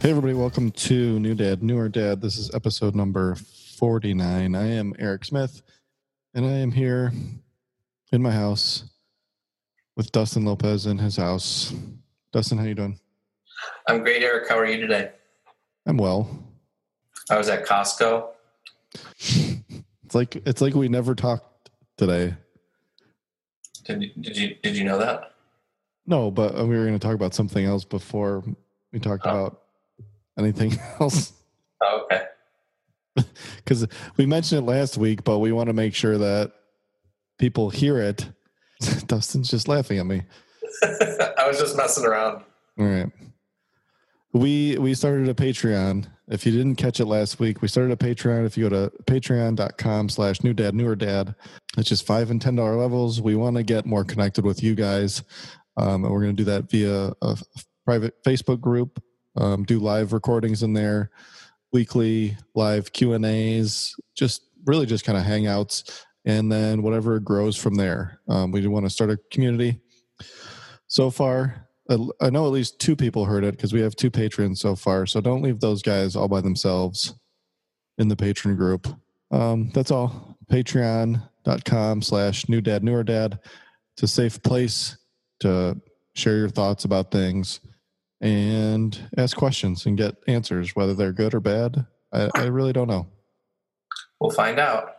Hey, everybody, welcome to New Dad, Newer Dad. This is episode number 49. I am Eric Smith, and I am here in my house with Dustin Lopez in his house. Dustin, how you doing? I'm great, Eric. How are you today? I'm well. I was at Costco. It's like it's like we never talked today. Did you, did you did you know that? No, but we were going to talk about something else before we talked Oh. about anything else Oh, okay. because we mentioned it last week, but we want to make sure that people hear it. Dustin's just laughing at me. I was just messing around. All right. We we started a Patreon. If you didn't catch it last week, we started a Patreon. If you go to patreon.com slash new dad, newer dad, it's just five and ten dollar levels. We want to get more connected with you guys. Um, and we're gonna do that via a f- private Facebook group, um, do live recordings in there, weekly live Q and A's, just really just kind of hangouts, and then whatever grows from there. Um, we do want to start a community. So far, I I know at least two people heard it because we have two patrons so far. So don't leave those guys all by themselves in the patron group. Um, that's all. Patreon.com slash new dad, newer dad. It's a safe place to share your thoughts about things and ask questions and get answers, whether they're good or bad. I, I really don't know. We'll find out.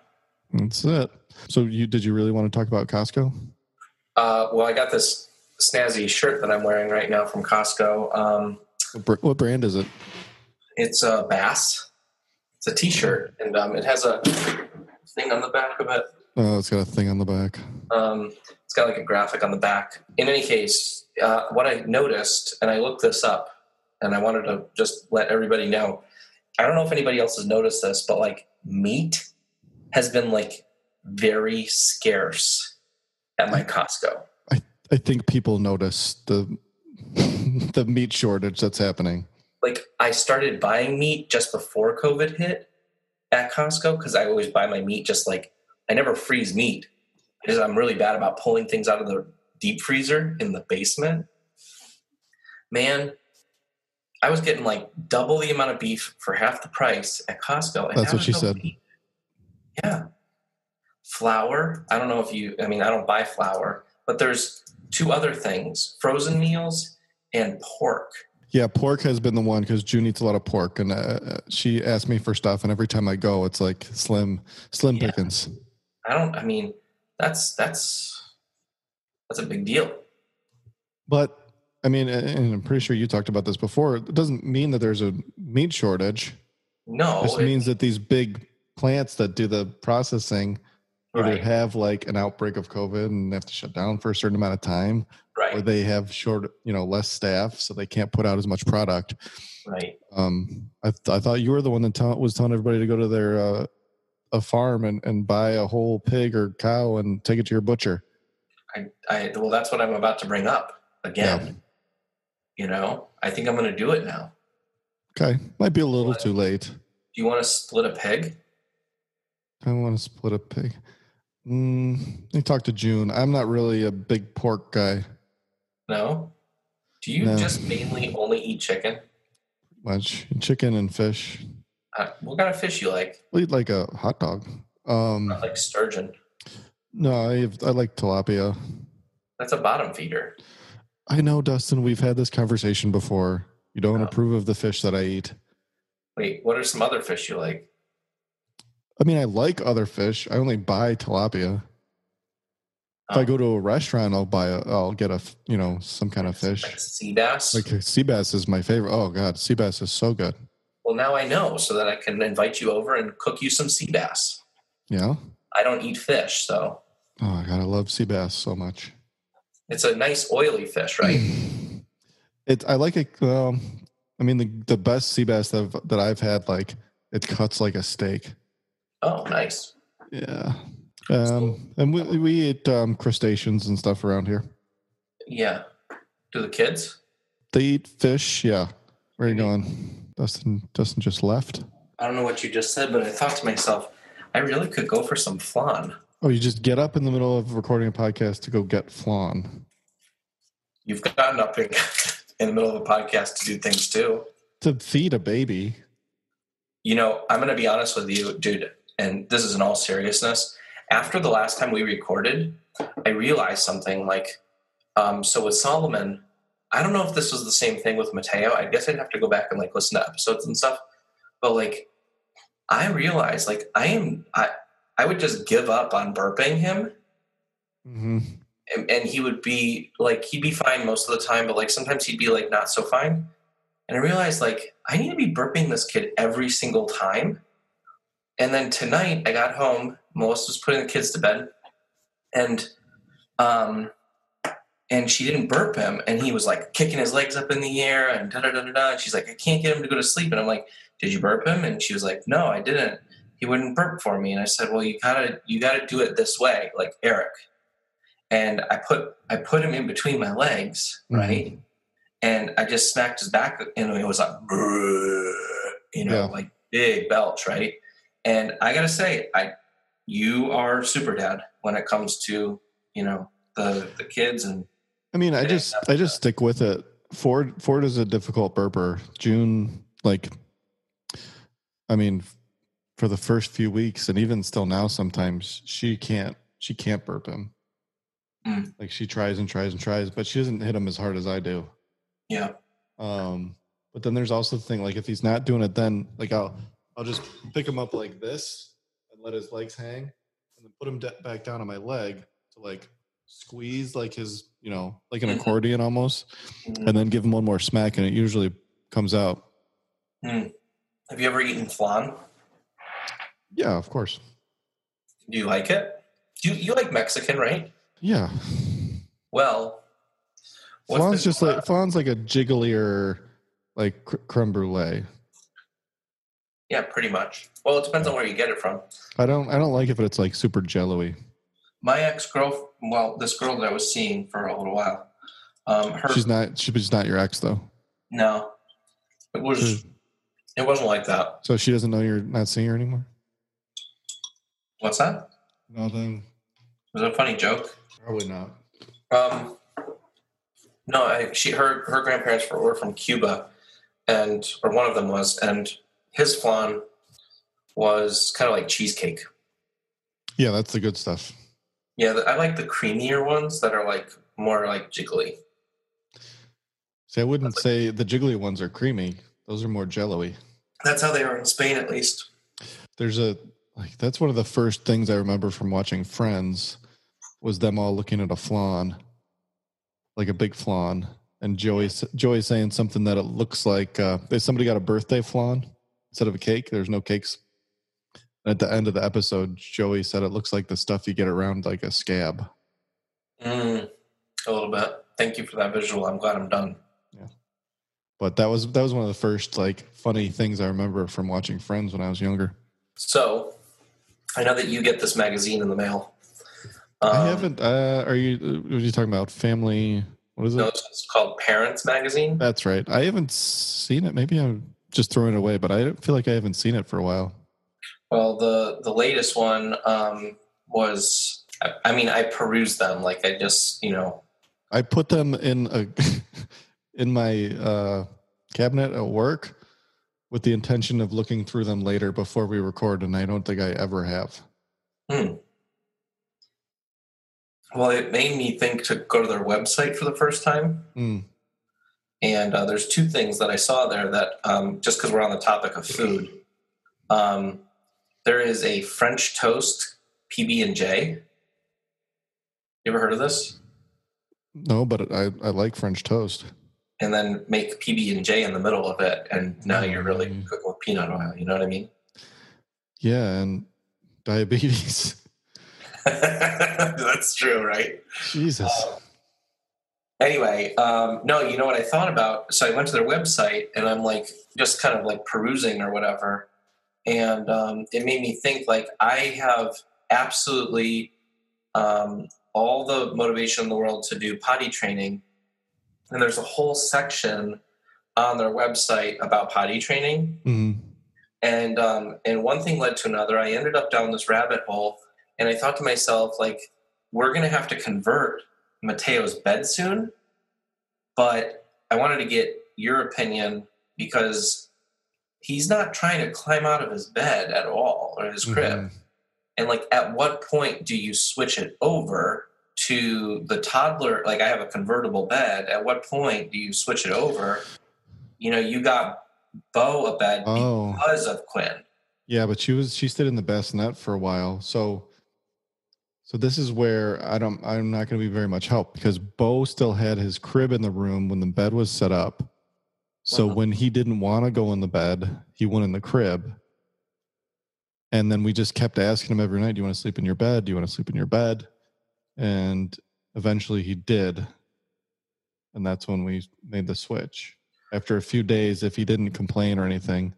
That's it. So you did you really want to talk about Costco? Uh, well, I got this snazzy shirt that I'm wearing right now from Costco. Um, What br- What brand is it? it's a Bass. It's a T-shirt, and um, it has a thing on the back of it. Oh, it's got a thing on the back. Um, it's got like a graphic on the back. In any case, uh, what I noticed, and I looked this up, and I wanted to just let everybody know. I don't know if anybody else has noticed this, but like meat has been like very scarce at my Costco. I think people notice the the meat shortage that's happening. Like I started buying meat just before COVID hit at Costco because I always buy my meat just like I never freeze meat because I'm really bad about pulling things out of the deep freezer in the basement. Man, I was getting like double the amount of beef for half the price at Costco. And That's now what there's she no said. beef. Yeah. Flour. I don't know if you, I mean, I don't buy flour, but there's two other things frozen meals and pork. Yeah, pork has been the one because June eats a lot of pork, and uh, she asks me for stuff, and every time I go, it's like slim, slim Yeah. pickings. I don't, I mean, that's, that's, that's a big deal. But I mean, and and I'm pretty sure you talked about this before. It doesn't mean that there's a meat shortage. No, It just Oh, it- means that these big plants that do the processing either right, have like an outbreak of COVID and have to shut down for a certain amount of time, or right, they have short, you know, less staff, so they can't put out as much product. right. Um, I, th- I thought you were the one that tell- was telling everybody to go to their uh, a farm and, and buy a whole pig or cow and take it to your butcher. I, I, well, that's what I'm about to bring up again. You know, I think I'm going to do it now. Okay, might be a little too late. Do you want to split a pig? I want to split a pig. Mm, I talked to June. I'm not really a big pork guy. No. Do you No. just mainly only eat chicken? Much chicken and fish. Uh, what kind of fish you like? I'll eat like a hot dog. Um, Not like sturgeon. no, I I like tilapia. That's a bottom feeder. I know, Dustin. We've had this conversation before. You don't Oh. approve of the fish that I eat. Wait, what are some other fish you like? I mean, I like other fish. I only buy tilapia. If I Um, go to a restaurant, I'll buy a, I'll get a, f- you know, some kind of fish. like sea bass. Like a sea bass is my favorite. Oh God, sea bass is so good. well, now I know, so that I can invite you over and cook you some sea bass. Yeah. I don't eat fish, so Oh my God, I love sea bass so much. it's a nice oily fish, Mm. right? It's I like it. Um, I mean, the the best sea bass that I've, that I've had, like it cuts like a steak. oh, nice. Yeah. Um, and we we eat um, crustaceans and stuff around here. Yeah. Do the kids? They eat fish. Yeah. Where are you going? Dustin Dustin just left. I don't know what you just said, but I thought to myself, I really could go for some flan. Oh, you just get up in the middle of recording a podcast to go get flan. You've gotten up in, in the middle of a podcast to do things too. to feed a baby. You know, I'm going to be honest with you, dude, and this is in all seriousness. After the last time we recorded, I realized something like, um, so with Solomon, I don't know if this was the same thing with Mateo. I guess I'd have to go back and like listen to episodes and stuff. But like, I realized like I am, I, I would just give up on burping him Mm-hmm. and, and he would be like he'd be fine most of the time but like sometimes he'd be like not so fine and i realized like i need to be burping this kid every single time and then tonight i got home melissa was putting the kids to bed and um and she didn't burp him and he was like kicking his legs up in the air and da da da da da and she's like i can't get him to go to sleep and i'm like did you burp him and she was like no i didn't he wouldn't burp for me and i said well you gotta you gotta do it this way like eric and I put I put him in between my legs, Mhm. right? And I just smacked his back, and it was like, "Brrr," you know, Yeah. like big belch, right? And I gotta say, I you are super dad when it comes to you know the the kids and I mean, I Yeah, just I just stick with it. Ford Ford is a difficult burper. June, like, I mean, for the first few weeks, and even still now, sometimes she can't she can't burp him. Mm. Like she tries and tries and tries, but she doesn't hit him as hard as I do. yeah, Um, but then there's also the thing like if he's not doing it, then like I'll I'll just pick him up like this and let his legs hang, and then put him de- back down on my leg to like squeeze like his you know like an Mhm. accordion almost, Mhm. and then give him one more smack, and it usually comes out. Have you ever eaten flan? Yeah, of course. Do you like it? Do you, you like Mexican, right? Yeah, Well, what's flan's been- uh, just like flan's like a jigglier like cr- creme brulee. yeah, pretty much. Well, it depends on where you get it from. I don't I don't like it, but it's like super jello-y. my ex girl, well, this girl that I was seeing for a little while, um, her She's not she's not your ex though, no, it was it wasn't like that. so she doesn't know you're not seeing her anymore. What's that? Nothing. It was a funny joke. Probably not. Um, no, I, she her her grandparents were, were from Cuba, and or one of them was, and his flan was kind of like cheesecake. Yeah, that's the good stuff. Yeah, the, I like the creamier ones that are like more like jiggly. See, I wouldn't say the jiggly ones are creamy. Those are more jello-y. That's how they are in Spain, at least. There's a like that's one of the first things I remember from watching Friends was them all looking at a flan, like a big flan, and Joey s- Joey saying something that it looks like uh, if somebody got a birthday flan instead of a cake. There's no cakes. At the end of the episode, Joey said it looks like the stuff you get around like a scab. Mm, a little bit. Thank you for that visual. I'm glad I'm done. But that was that was one of the first like funny things I remember from watching Friends when I was younger. So, I know that you get this magazine in the mail. Um, I haven't. Uh, are you? uh, What are you talking about? Family? What is it? No, it's it's called Parents Magazine. That's right. I haven't seen it. Maybe I'm just throwing it away, but I don't feel like I haven't seen it for a while. Well, the the latest one um, was. I, I mean, I perused them. Like I just, you know, I put them in a in my uh, cabinet at work with the intention of looking through them later before we record, and I don't think I ever have. well, it made me think to go to their website for the first time. Mm. And uh, there's two things that I saw there that um, just because we're on the topic of food, um, there is a French toast PB and J. You ever heard of this? No, but I I like French toast. and then make PB and J in the middle of it, and now you're really Mm. cooking with peanut oil. You know what I mean? Yeah, and diabetes. That's true, right? Jesus. Anyway, um, no, you know what I thought about? So I went to their website, and I'm like just kind of like perusing or whatever, and um, it made me think like I have absolutely um, all the motivation in the world to do potty training, and there's a whole section on their website about potty training Mm. and um, and one thing led to another. I ended up down this rabbit hole, and I thought to myself, like, we're gonna have to convert Mateo's bed soon. But I wanted to get your opinion because he's not trying to climb out of his bed at all or his crib. Mhm. And like, at what point do you switch it over to the toddler? Like, I have a convertible bed. At what point do you switch it over? You know, you got Bo a bed Oh, because of Quinn. yeah, but she was she stayed in the bassinet for a while. So, so this is where I don't I'm not going to be very much help because Bo still had his crib in the room when the bed was set up. So Uh-huh. when he didn't want to go in the bed, he went in the crib. And then we just kept asking him every night, "Do you want to sleep in your bed? Do you want to sleep in your bed?" And eventually he did. And that's when we made the switch. After a few days, if he didn't complain or anything,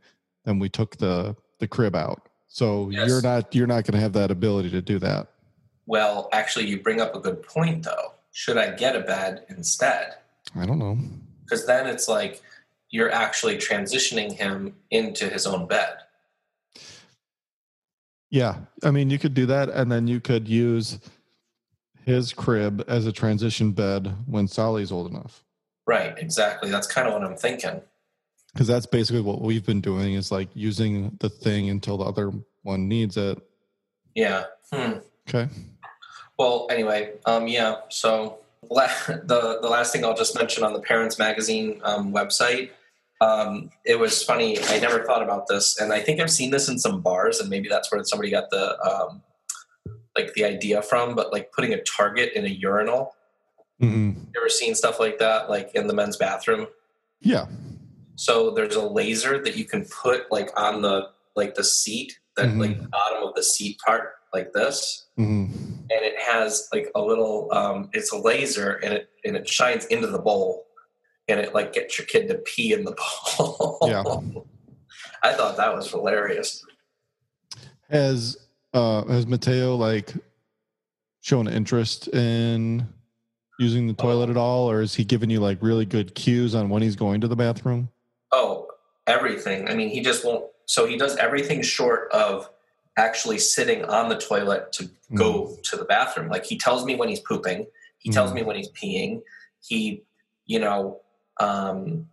then we took the the crib out. So Yes. you're not you're not going to have that ability to do that. Well, actually, you bring up a good point though. Should I get a bed instead? I don't know. Because then it's like you're actually transitioning him into his own bed. Yeah, I mean you could do that, and then you could use his crib as a transition bed when Sally's old enough. Right, exactly. That's kind of what I'm thinking. because that's basically what we've been doing is like using the thing until the other one needs it Yeah. Hmm. okay Well, anyway, um, yeah. So la- the the last thing I'll just mention on the Parents Magazine um, website, um, it was funny. I never thought about this, and I think I've seen this in some bars, and maybe that's where somebody got the um, like the idea from. But like putting a target in a urinal. Mm-mm. You ever seen stuff like that, like in the men's bathroom? yeah So there's a laser that you can put like on the like the seat, that Mhm. like bottom of the seat part, like this. mm-hmm. and it has like a little um, it's a laser and it and it shines into the bowl and it like gets your kid to pee in the bowl Yeah. i thought that was hilarious has uh has mateo like shown interest in using the toilet at all or is he giving you like really good cues on when he's going to the bathroom oh everything i mean he just won't so he does everything short of actually sitting on the toilet to go to the bathroom like he tells me when he's pooping he tells Mhm. me when he's peeing he you know um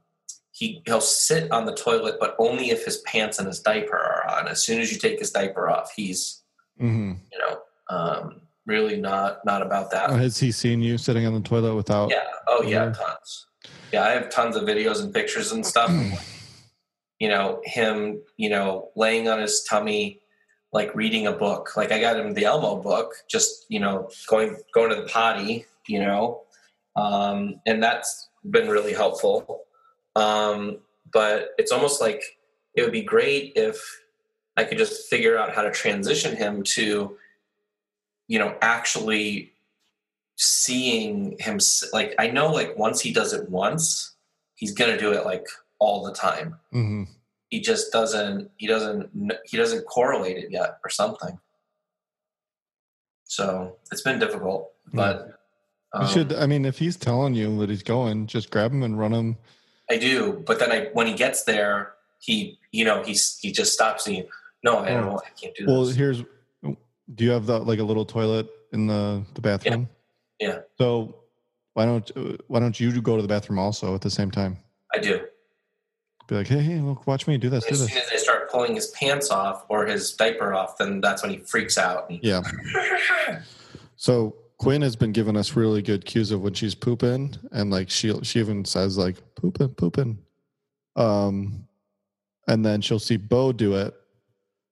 he, he'll sit on the toilet but only if his pants and his diaper are on as soon as you take his diaper off he's mm-hmm. you know um really not not about that has he seen you sitting on the toilet without Uh, yeah oh yeah Yeah. tons yeah i have tons of videos and pictures and stuff you know him you know laying on his tummy like reading a book like i got him the elmo book just you know going going to the potty you know um and that's been really helpful um but it's almost like it would be great if i could just figure out how to transition him to you know actually seeing him s- like i know like once he does it once he's gonna do it like all the time mm-hmm. he just doesn't he doesn't kn- he doesn't correlate it yet or something so it's been difficult but Hmm. you um, should uh i mean if he's telling you that he's going just grab him and run him i do but then i when he gets there he you know he's he just stops and he, no i don't Oh. i can't do Well, this here's do you have the like a little toilet in the the bathroom? Yeah. So why don't uh, why don't you go to the bathroom also at the same time? i do Be like, hey, hey, look, watch me do this, do as this. soon as i start pulling his pants off or his diaper off then that's when he freaks out and he, Yeah. So Quinn has been giving us really good cues of when she's pooping, and like she she even says like pooping, pooping, um, and then she'll see Bo do it.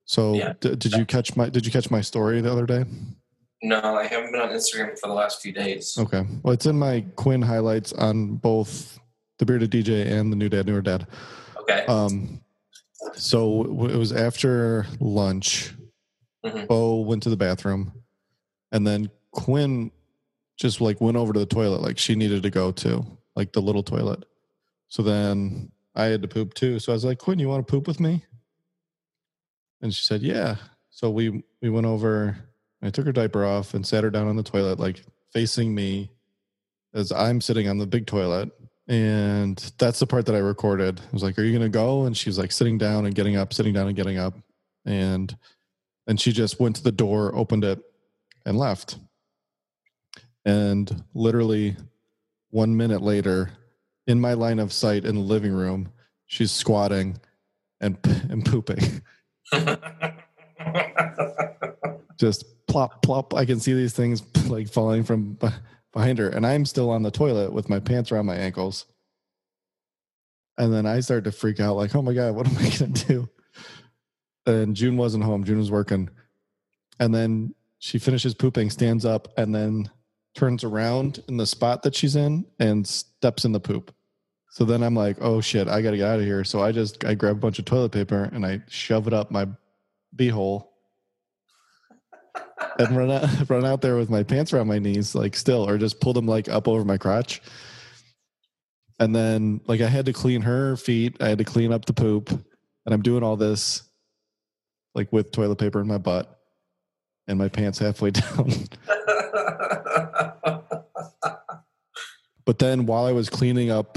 So Yeah. d- did you catch my did you catch my story the other day? no i haven't been on instagram for the last few days Okay. Well, it's in my Quinn highlights on both the bearded DJ and the new dad, newer dad. okay Um, so w- it was after lunch. Mhm. Bo went to the bathroom, and then Quinn just like went over to the toilet, like she needed to go to, like the little toilet. So then I had to poop too. So I was like, Quinn, you want to poop with me? And she said, Yeah. So we we went over. I took her diaper off and sat her down on the toilet, like facing me, as I'm sitting on the big toilet. And that's the part that I recorded. I was like, Are you going to go? And she was like sitting down and getting up, sitting down and getting up. And and she just went to the door, opened it, and left. And literally one minute later, in my line of sight in the living room, She's squatting and and pooping. Oh. Just plop plop. I can see these things like falling from beh- behind her, and I'm still on the toilet with my pants around my ankles. And then I start to freak out, like, "Oh my god, what am I gonna do?" And June wasn't home. June was working. And then she finishes pooping, stands up, and then turns around in the spot that she's in and steps in the poop. So then I'm like, oh shit, I gotta get out of here. So I just I grab a bunch of toilet paper and I shove it up my beehole and run out run out there with my pants around my knees, like still, or just pull them like up over my crotch. And then like I had to clean her feet, I had to clean up the poop, and I'm doing all this like with toilet paper in my butt and my pants halfway down. But then while I was cleaning up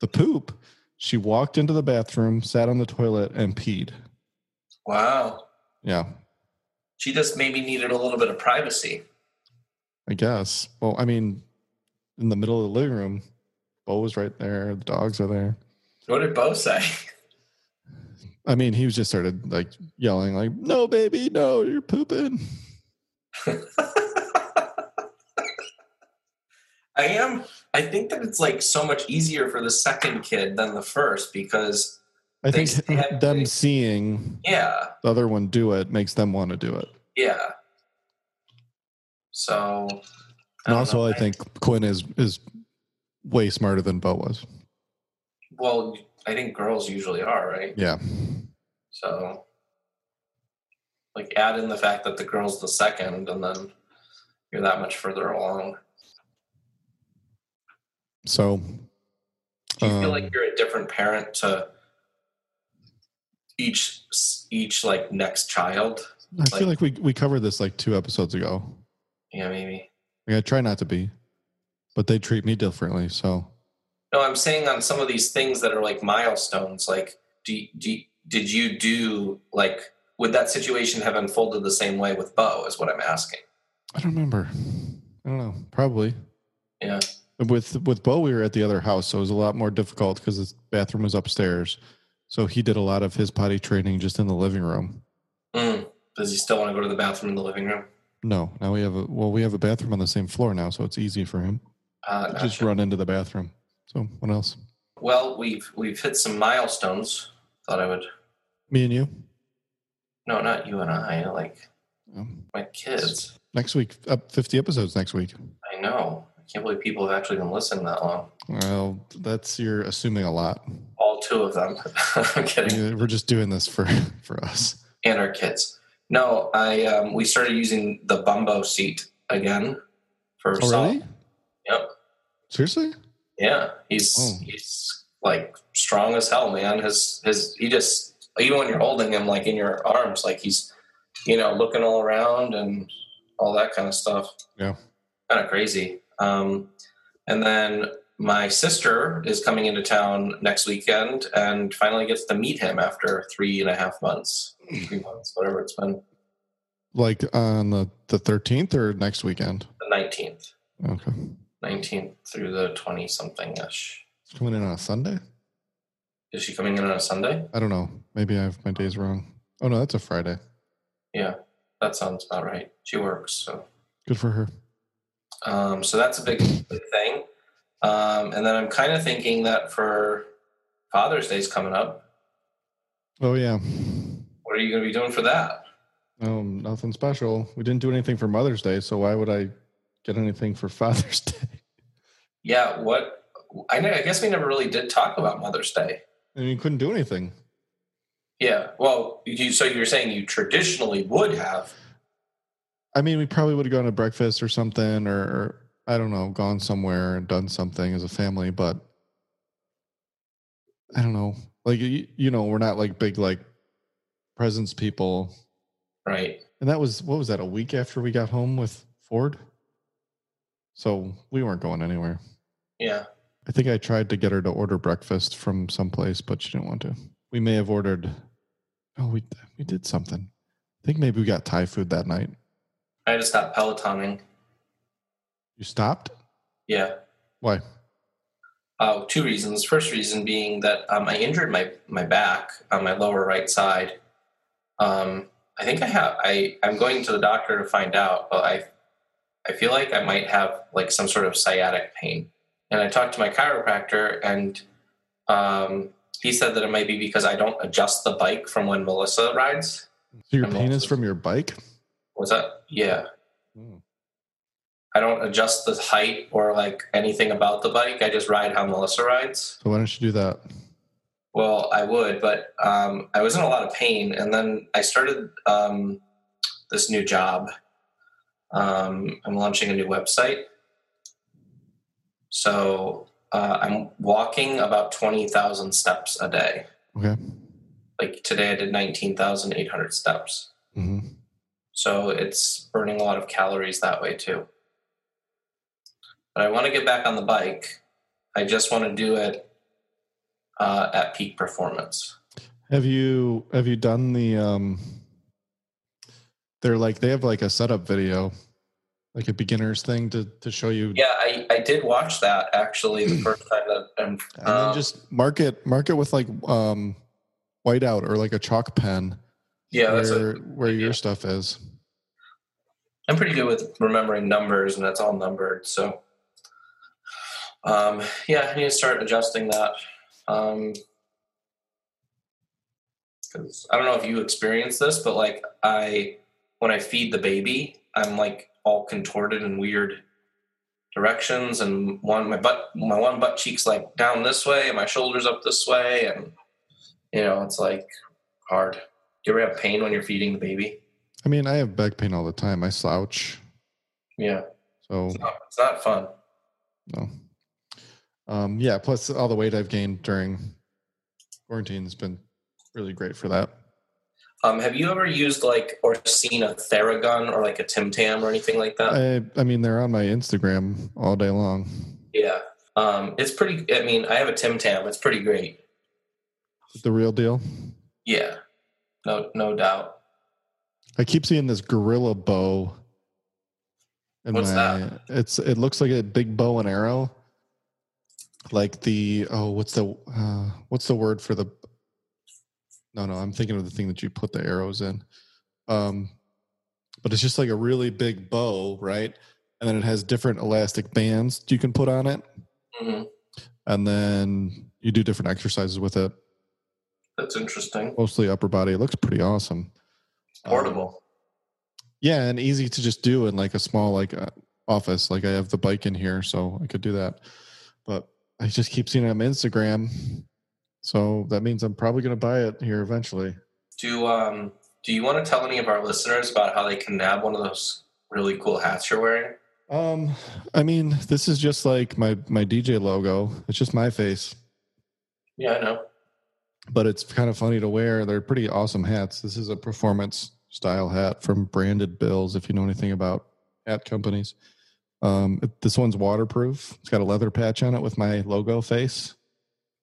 the poop, she walked into the bathroom, sat on the toilet, and peed. wow. Yeah, She just maybe needed a little bit of privacy. I guess. Well, I mean, in the middle of the living room, Bo was right there. The dogs are there. What did Bo say? I mean, he was just started like yelling, like, "No, baby, no, you're pooping." I am. I think that it's like so much easier for the second kid than the first because, I They think stand- them seeing yeah, the other one do it makes them want to do it. yeah. So, I And don't also, know. I think Quinn is is way smarter than Bo was. well, I think girls usually are, right? Yeah. So, like, add in the fact that the girl's the second, and then you're that much further along. So. Do you feel um, like you're a different parent to each each like next child? I feel like we we covered this like two episodes ago. Yeah, maybe. Like I try not to be, but they treat me differently. So No, I'm saying on some of these things that are like milestones. Like, do, you- do you- did you do like would that situation have unfolded the same way with Bo? Is what I'm asking. I don't remember. I don't know. Probably. Yeah. With with Bo, we were at the other house, so it was a lot more difficult because his bathroom was upstairs. So he did a lot of his potty training just in the living room. Mm. Does he still want to go to the bathroom in the living room? No, now we have a well, we have a bathroom on the same floor now, so it's easy for him. Uh, to not Just sure. run into the bathroom. So what else? Well, we've we've hit some milestones. Thought I would. Me and you. No, not you and I. Like Um, my kids. next week, up fifty episodes next week. I know. I can't believe people have actually been listening that long. Well, that's you're assuming a lot. All two of them. I'm kidding. Yeah, We're just doing this for for us. and our kids. No, I um, we started using the Bumbo seat again for Oh, Sol- really? Yep. Seriously? Yeah, he's Oh. he's like strong as hell, man. His his he just even when you're holding him like in your arms, like he's you know looking all around and all that kind of stuff. Yeah. kind of crazy. Um, and then my sister is coming into town next weekend and finally gets to meet him after three and a half months, three months, whatever it's been. Like on the the thirteenth or next weekend? the nineteenth, Okay. nineteenth through the twenty something ish. It's coming in on a Sunday. Is she coming in on a Sunday? I don't know. Maybe I have my days wrong. Oh no, that's a Friday. Yeah, that sounds about right. She works, so Good for her. um, so that's a big, big thing. Um, and then I'm kind of thinking that for Father's Day's coming up, Oh yeah. what are you going to be doing for that? Um, nothing special. We didn't do anything for Mother's Day, so why would I get anything for Father's Day? Yeah, what? I, know, I guess we never really did talk about Mother's Day. I mean, you couldn't do anything. Yeah. Well, you, so you're saying you traditionally would have. I mean, we probably would have gone to breakfast or something, or, or I don't know, gone somewhere and done something as a family. But I don't know, like you, you know, we're not like big like presence people. Right. And that was what was that a week after we got home with Ford, so we weren't going anywhere. Yeah. I think I tried to get her to order breakfast from someplace, but she didn't want to. We may have ordered. Oh, we we did something. I think maybe we got Thai food that night. I had to stop Pelotoning. You stopped? Yeah. Why? Uh, two reasons. First reason being that um, I injured my my back on my lower right side. Um, I think I have. I I'm going to the doctor to find out, but I I feel like I might have like some sort of sciatic pain. And I talked to my chiropractor, and um, he said that it might be because I don't adjust the bike from when Melissa rides. So your I'm pain is also- from your bike? Was that yeah? Hmm. I don't adjust the height or like anything about the bike. I just ride how Melissa rides. So why don't you do that? Well, I would, but um, I was in a lot of pain, and then I started um, this new job. Um, I'm launching a new website, so uh, I'm walking about twenty thousand steps a day. Okay. Like today, I did nineteen thousand eight hundred steps, hmm so it's burning a lot of calories that way too. But I want to get back on the bike. I just want to do it uh, at peak performance. Have you have you done the um they're like they have like a setup video, like a beginner's thing to to show you Yeah, I, I did watch that actually the first time that um, and, and then just mark it mark it with like um whiteout or like a chalk pen yeah, that's where a, where your stuff is. I'm pretty good with remembering numbers and that's all numbered. So um, yeah, I need to start adjusting that. Um 'cause I don't know if you experience this, but like I when I feed the baby, I'm like all contorted in weird directions and one my butt my one butt cheek's like down this way and my shoulders up this way and you know, it's like hard. Do you ever have pain when you're feeding the baby? I mean, I have back pain all the time. I slouch. Yeah, So it's not, it's not fun. no. Um yeah, plus all the weight I've gained during quarantine has been really great for that. Um, have you ever used like or seen a Theragun or like a Tim Tam or anything like that? I I mean they're on my Instagram all day long. yeah, um, it's pretty. I mean, I have a Tim Tam. It's pretty great. The real deal. Yeah, no, no doubt. I keep seeing this gorilla bow. in What's It's it looks like a big bow and arrow. Like the oh, what's the uh, what's the word for the? No, no, I'm thinking of the thing that you put the arrows in. Um, but it's just like a really big bow, right? And then it has different elastic bands you can put on it, hmm and then you do different exercises with it, That's interesting. mostly upper body. It looks pretty awesome. Um, Portable. Yeah, and easy to just do in like a small like uh, office. Like I have the bike in here, so I could do that. But I just keep seeing it on Instagram, so that means I'm probably going to buy it here eventually. Do um, do you want to tell any of our listeners about how they can nab one of those really cool hats you're wearing? Um, I mean, this is just like my my DJ logo. It's just my face, Yeah, I know. but it's kind of funny to wear. They're pretty awesome hats. This is a performance style hat from Branded Bills. If you know anything about hat companies, um, it- this one's waterproof. It's got a leather patch on it with my logo face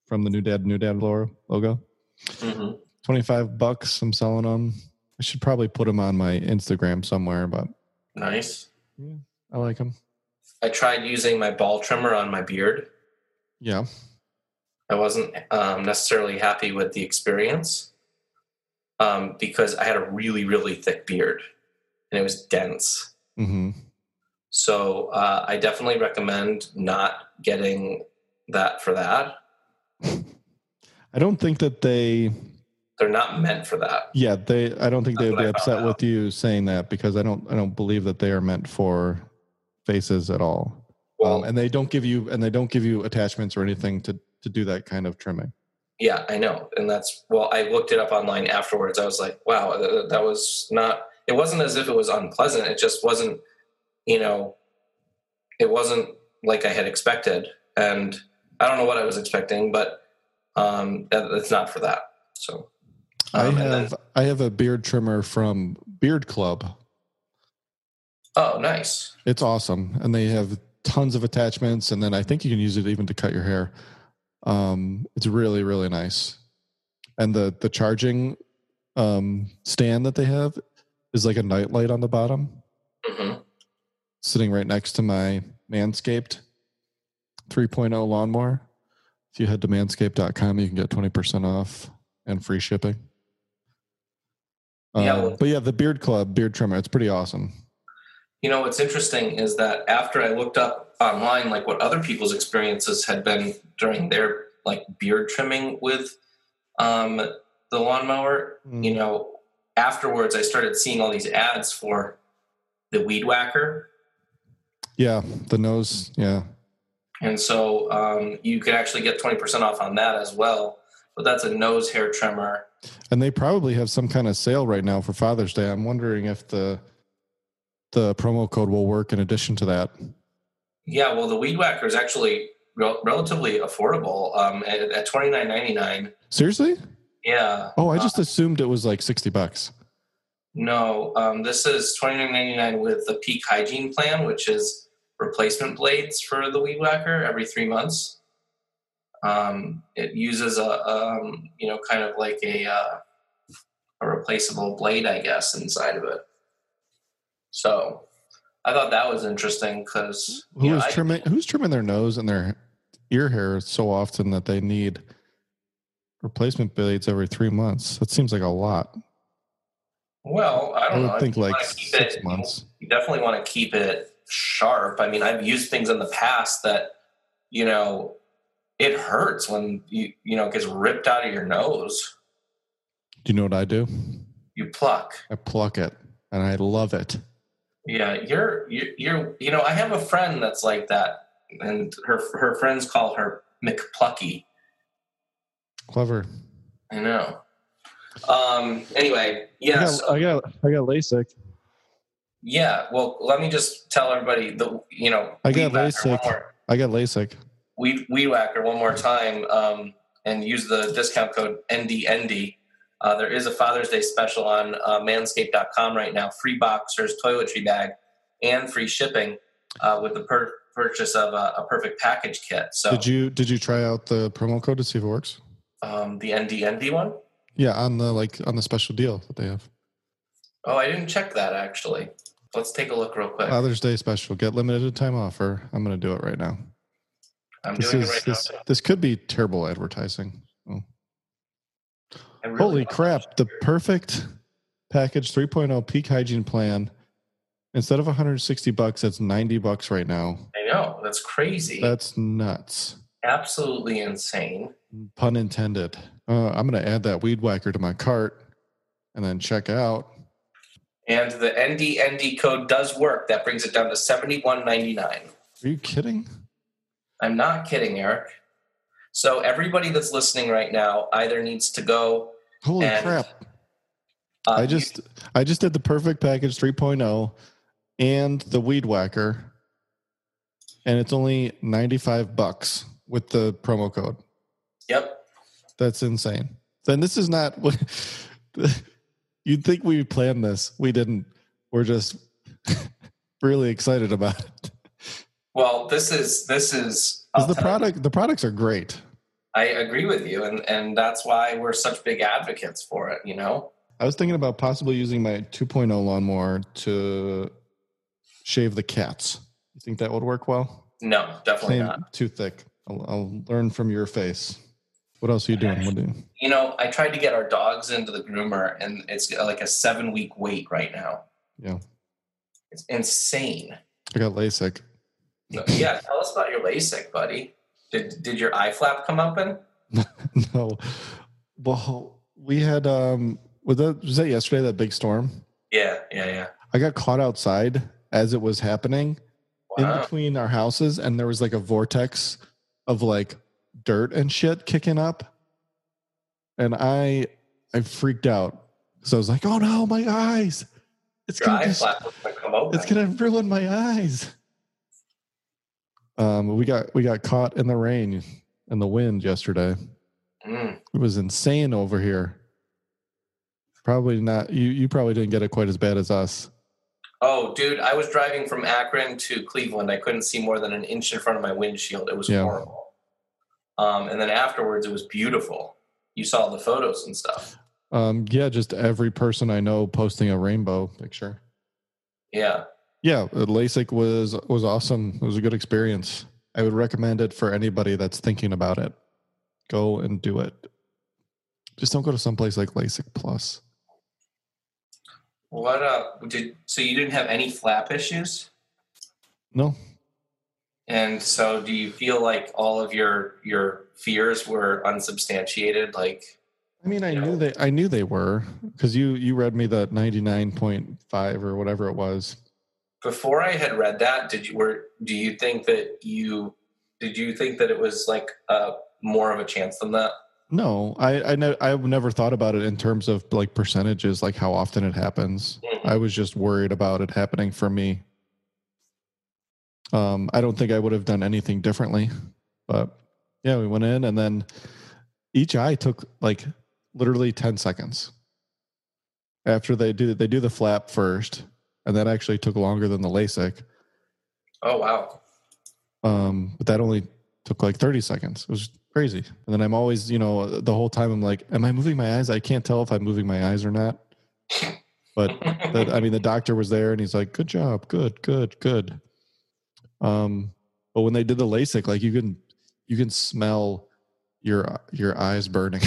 from the New Dad New Dad Laura logo. hmm Twenty five bucks. I'm selling them. I should probably put them on my Instagram somewhere, but Nice. I like them. I tried using my ball trimmer on my beard. Yeah, I wasn't um, necessarily happy with the experience um, because I had a really, really thick beard and it was dense. hmm So uh, I definitely recommend not getting that for that. I don't think that they. They're not meant for that. Yeah, they. I don't think they That's would be what I found upset out. with you saying that because I don't. I don't believe that they are meant for faces at all. Well, um, and they don't give you and they don't give you attachments or anything to to do that kind of trimming. yeah, I know. And that's, well, I looked it up online afterwards. I was like, wow, that, that was not, it wasn't as if it was unpleasant. It just wasn't, you know, it wasn't like I had expected. And I don't know what I was expecting, but um, that, that's not for that. So I um, and then- have I have a beard trimmer from Beard Club. oh, nice. It's awesome, and they have tons of attachments, and then I think you can use it even to cut your hair. Um, it's really really nice, and the the charging um, stand that they have is like a nightlight on the bottom, hmm sitting right next to my Manscaped 3.0 lawnmower. If you head to manscaped.com, you can get 20% off and free shipping. Yeah, Um, well- but yeah, the beard club, beard trimmer, it's pretty awesome. You know, what's interesting is that after I looked up online, like what other people's experiences had been during their like beard trimming with um, the lawnmower, you know, afterwards I started seeing all these ads for the weed whacker. Yeah, the nose. Yeah, And so um, you could actually get 20% off on that as well. But that's a nose hair trimmer. and they probably have some kind of sale right now for Father's Day. I'm wondering if the the promo code will work in addition to that. Yeah, well, the weed whacker is actually rel- relatively affordable um, at, at $29.99. Seriously? Yeah. Oh, I Uh, just assumed it was like sixty bucks. No, um, this is twenty nine ninety nine with the peak hygiene plan, which is replacement blades for the weed whacker every three months. Um, it uses a um, you know kind of like a uh, a replaceable blade, I guess, inside of it. So I thought that was interesting because Who's trimming? Who's trimming their nose and their ear hair so often that they need replacement blades every three months? That seems like a lot. well, I I, don't know. would think you like wanna keep six it- months. you definitely want to keep it sharp. I mean, I've used things in the past that, you know, it hurts when you you know it gets ripped out of your nose. Do you know what I do? You pluck. I pluck it, and I love it. Yeah, you're you're, you're you know, I have a friend that's like that, and her her friends call her McPlucky. Clever. I know. Um. Anyway, I yeah. got- so- I got I got LASIK. yeah. Well, let me just tell everybody the you know I weed got whacker, LASIK. one more- I got LASIK. weed, weed whacker one more time um, and use the discount code NDND. Uh, there is a Father's Day special on uh, manscaped.com right now free boxers, toiletry bag, and free shipping uh, with the per- purchase of a, a perfect package kit. So Did you did you try out the promo code to see if it works? um, the NDND one? Yeah, on the like on the special deal that they have. Oh, I didn't check that actually. Let's take a look real quick. Father's Day special. Get limited time offer. I'm gonna do it right now. I'm This doing is it right this, now. this could be terrible advertising. Oh. I really Holy want to crap! The perfect package 3.0 peak hygiene plan. Instead of 160 bucks, that's 90 bucks right now. I know. That's crazy. That's nuts. Absolutely insane. Pun intended. Uh, I'm gonna add that weed whacker to my cart, and then check out. And the NDND code does work. That brings it down to 71.99. Are you kidding? I'm not kidding, Eric. So everybody that's listening right now either needs to go. Holy And- crap! uh, I just I just did the perfect package 3.0 and the weed whacker and it's only 95 bucks with the promo code. Yep. That's insane. Then this is not what you'd think we planned this. We didn't. We're just really excited about it. Well, this is this is. 'Cause I'll the tell you, product the products are great. I agree with you, and and that's why we're such big advocates for it. You know. I was thinking about possibly using my 2.0 lawnmower to shave the cats. You think that would work well? No, definitely Plain- not. Too thick. I'll, I'll learn from your face. What else are you doing? What do you- You know, I tried to get our dogs into the groomer, and it's like a seven week wait right now. Yeah. It's insane. I got LASIK. No, yeah, tell us about your LASIK, buddy. Did did your eye flap come open? no. Well, we had um. Was that was that yesterday? That big storm. Yeah, yeah, yeah. I got caught outside as it was happening in Wow. between our houses, and there was like a vortex of like dirt and shit kicking up, and I I freaked out. So I was like, "Oh no, my eyes! It's Your gonna eye be flap was gonna come open. It's gonna ruin my eyes. Um, we got we got caught in the rain and the wind yesterday. Mm. It was insane over here. Probably not. You you probably didn't get it quite as bad as us. Oh, dude, I was driving from Akron to Cleveland. I couldn't see more than an inch in front of my windshield. It was Yeah. horrible. Um, and then afterwards, it was beautiful. You saw the photos and stuff. Um, yeah, just every person I know posting a rainbow picture. Yeah. Yeah, uh, LASIK was was awesome. It was a good experience. I would recommend it for anybody that's thinking about it. Go and do it. Just don't go to someplace like LASIK Plus. What uh did so you didn't have any flap issues? No, And so do you feel like all of your your fears were unsubstantiated? Like I mean, I Yeah. knew they, I knew they were because you, you read me the ninety nine point five or whatever it was. before I had read that, did you were do you think that you did you think that it was like uh more of a chance than that? No, I, I, ne- I've never thought about it in terms of like percentages, like how often it happens. I was just worried about it happening for me. Um, I don't think I would have done anything differently, but yeah, we went in and then each eye took like literally 10 seconds after they do, they do the flap first. And that actually took longer than the LASIK. Oh wow. um, but that only took like 30 seconds. It was crazy. And then I'm always, you know, the whole time I'm like, am I moving my eyes? I can't tell if I'm moving my eyes or not. But that, I mean, the doctor was there and he's like, good job, good, good, good. Um, but when they did the LASIK, like you can, you can smell your your eyes burning.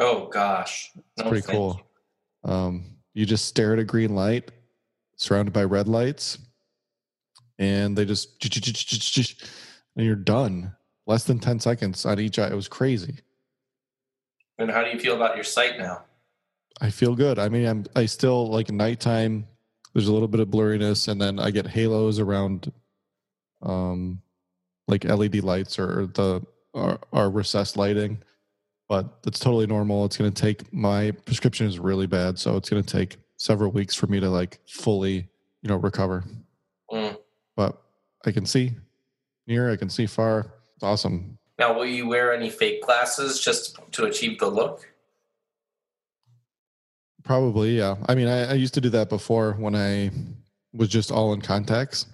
oh gosh. It's pretty Oh, thank cool. Um, you just stare at a green light surrounded by red lights, and they just and you're done. Less than ten seconds on each eye. It was crazy. you. And how do you feel about your sight now? I feel good. I mean, I'm I still like nighttime. There's a little bit of blurriness, and then I get halos around, um, like LED lights or, or the our, our recessed lighting. But that's totally normal. It's going to take my prescription is really bad, so it's going to take several weeks for me to like fully, you know, recover. Mm. But I can see near. I can see far. It's awesome. Now will you wear any fake glasses just to achieve the look? Probably, yeah. I mean, I, I used to do that before when I was just all in contacts.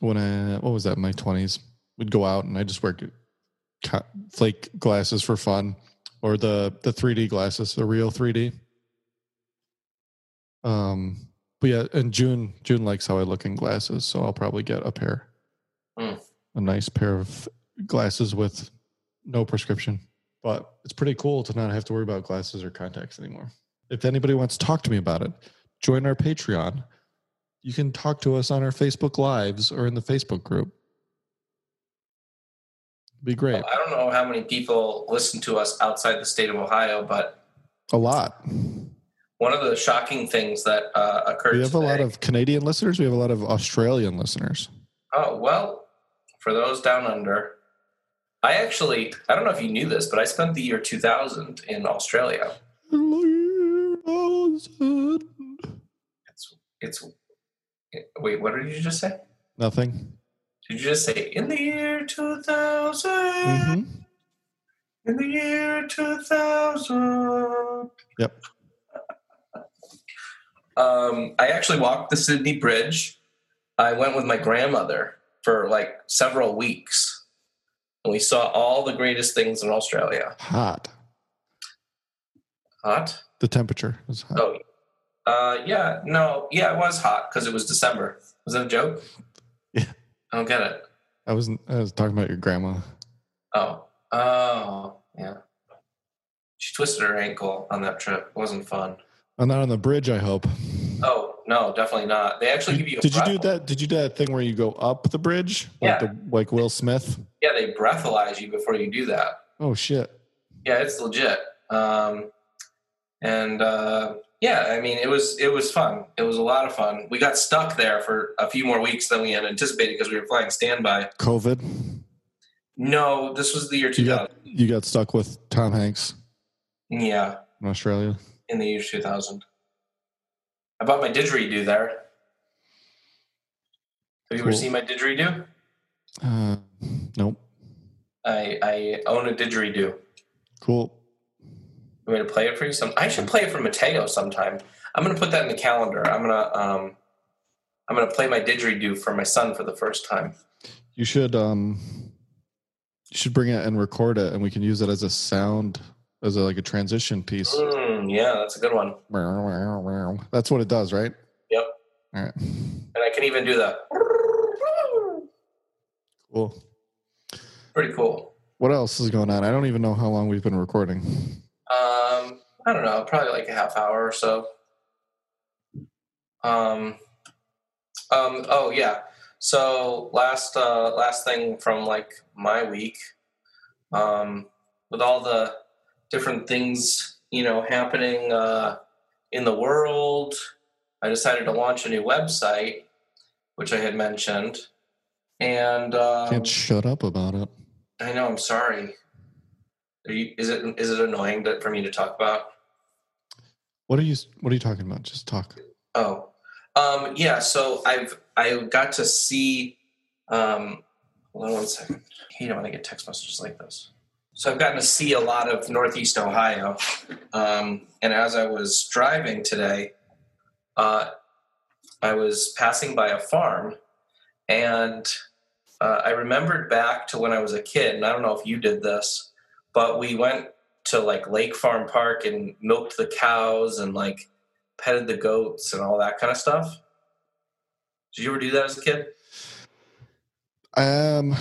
When I, what was that, my 20s? We'd go out and I just wear co- flake glasses for fun or the, the 3D glasses, the real 3D. Um, but yeah, and June, June likes how I look in glasses. So I'll probably get a pair, Mm. a nice pair of glasses with no prescription but it's pretty cool to not have to worry about glasses or contacts anymore. If anybody wants to talk to me about it, join our Patreon. You can talk to us on our Facebook Lives or in the Facebook group. Be great. I don't know how many people listen to us outside the state of Ohio, but A lot. one of the shocking things that uh, occurred We have a lot today- of Canadian listeners. We have a lot of Australian listeners. oh well for those down under i actually i don't know if you knew this but i spent the year 2000 in australia it's it's it- wait what did you just say Nothing. did you just say in the year 2000 hmm in the year 2000 Yep. um, i actually walked the sydney bridge i went with my grandmother for like several weeks and we saw all the greatest things in australia Hot. hot The temperature is hot. Oh, uh, yeah, no, yeah, it was hot because it was December. Was that a joke? Yeah. I don't get it. I was I was talking about your grandma. Oh, oh, yeah. She twisted her ankle on that trip. It wasn't fun. I'm not on the bridge. I hope. Oh no, definitely not. They actually give you. A Did you do breathalyzer. that? Did you do that thing where you go up the bridge, like Yeah. the like Will Smith? Yeah, they breathalyze you before you do that. Oh shit! Yeah, it's legit. Um, and uh, yeah, I mean, it was it was fun. It was a lot of fun. We got stuck there for a few more weeks than we had anticipated because we were flying standby. COVID. No, this was the year You 2000. got you got stuck with Tom Hanks yeah. in Australia. in the year 2000. I bought my didgeridoo there. Have you ever Cool. seen my didgeridoo? Uh, nope. I, I own a didgeridoo. You Cool. want me to play it for you? Some I should play it for Mateo sometime. I'm gonna put that in the calendar. I'm gonna um, I'm gonna play my didgeridoo for my son for the first time. You should um, you should bring it and record it, and we can use it as a sound, as a, like a transition piece. Mm, yeah, that's a good one. That's what it does, right? Mm. Yep. All right. And I can even do the Cool. pretty cool. What else is going on? I don't even know how long we've been recording. Um, I don't know, probably like a half hour or so. Um, um, oh yeah. So last uh, last thing from like my week, um, with all the different things you know happening uh, in the world, I decided to launch a new website, which I had mentioned, and um, Can't shut up about it. I know. I'm sorry. Are you, is it is it annoying that for me to talk about? What are you? What are you talking about? Just talk. Oh, um, yeah. So I've I got to see. Um, hold on one second. I hate it when I get text messages like this. So I've gotten to see a lot of Northeast Ohio, um, and as I was driving today, uh, I was passing by a farm, and uh, I remembered back to when I was a kid, and I don't know if you did this, but we went to like Lake Farm Park and milked the cows and like petted the goats and all that kind of stuff. Did you ever do that as a kid? Um,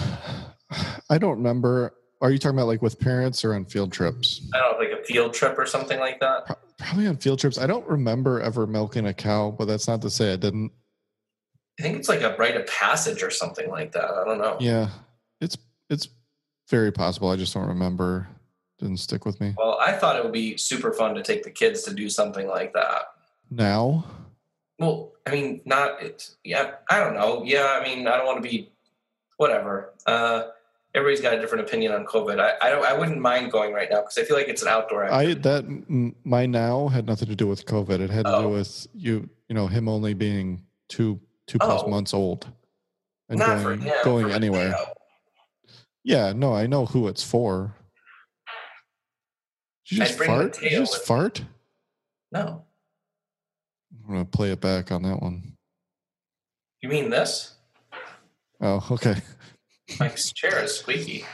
I don't remember. Are you talking about like with parents or on field trips? I don't know, like a field trip or something like that. Probably on field trips. I don't remember ever milking a cow, but that's not to say I didn't. I think it's like a rite of passage or something like that. I don't know. Yeah, it's it's very possible. I just don't remember. Didn't stick with me. Well, I thought it would be super fun to take the kids to do something like that. Now, Well, I mean, not it. Yeah, I don't know. Yeah, I mean, I don't want to be whatever. Uh, everybody's got a different opinion on COVID. I, I don't. I wouldn't mind going right now because I feel like it's an outdoor. Activity. I that m- my now had nothing to do with COVID. It had to do Oh. with you. You know, him only being two two plus Oh. months old and not going for him, going for anywhere. Mateo. Yeah, no, I know who it's for. Did you I'd just bring the fart? Did you tail just with- fart? No, I'm gonna play it back on that one. you mean this? Oh, okay. My chair is squeaky.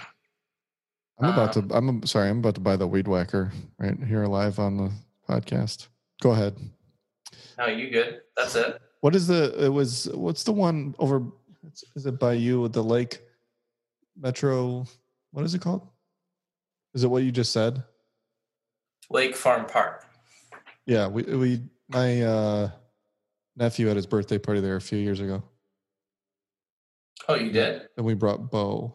I'm about to. I'm sorry. I'm about to buy the weed whacker right here live on the podcast. Go ahead. No, you good? That's it. What is the? It was. What's the one over? it's- Is it by you with the lake? Metro. What is it called? Is it what you just said? Lake Farm Park. Yeah. We we my uh, nephew had his birthday party there a few years ago, Oh, you did? and we brought Bo.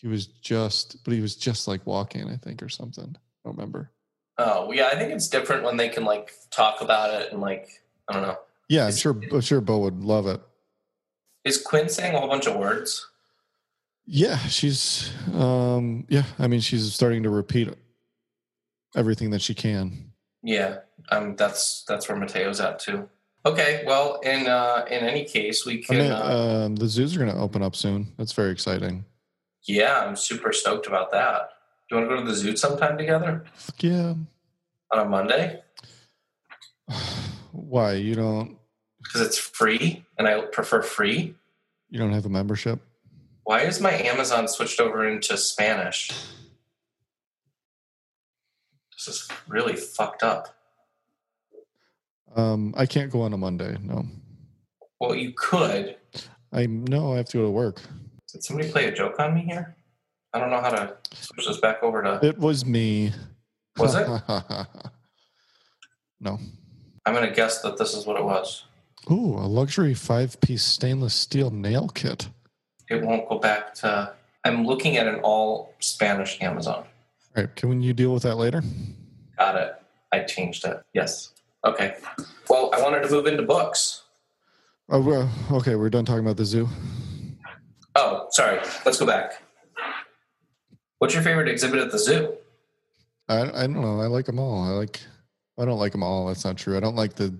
He was just, but he was just like walking, I think, or something. I don't remember. Oh, yeah. I think it's different when they can like talk about it and like I don't know. Yeah, I'm Is- sure. I'm sure Bo would love it. Is Quinn saying a whole bunch of words? Yeah, she's um yeah, I mean she's starting to repeat everything that she can. Yeah. Um. That's that's where Mateo's at too. Okay. Well, in uh, in any case, we I can. mean, uh, um the zoos are going to open up soon. That's very exciting. yeah, I'm super stoked about that. Do you want to go to the zoo sometime together Fuck yeah. on a Monday? Why? You don't Because it's free, and I prefer free. you don't have a membership? Why is my Amazon switched over into Spanish? This is really fucked up. Um I can't go on a Monday. No. Well, you could. I no, I have to go to work. Did somebody play a joke on me here? I don't know how to switch this back over to. It was me. Was it? no. I'm going to guess that this is what it was. Ooh, a luxury 5-piece stainless steel nail kit. It won't go back to. I'm looking at an all Spanish Amazon. All right, can you deal with that later? Got it. I changed it. Yes. Okay. Well, I wanted to move into books. Oh, well, okay, we're done talking about the zoo. Oh, sorry. Let's go back. What's your favorite exhibit at the zoo? I, I don't know. I like them all. I like. I don't like them all. That's not true. I don't like the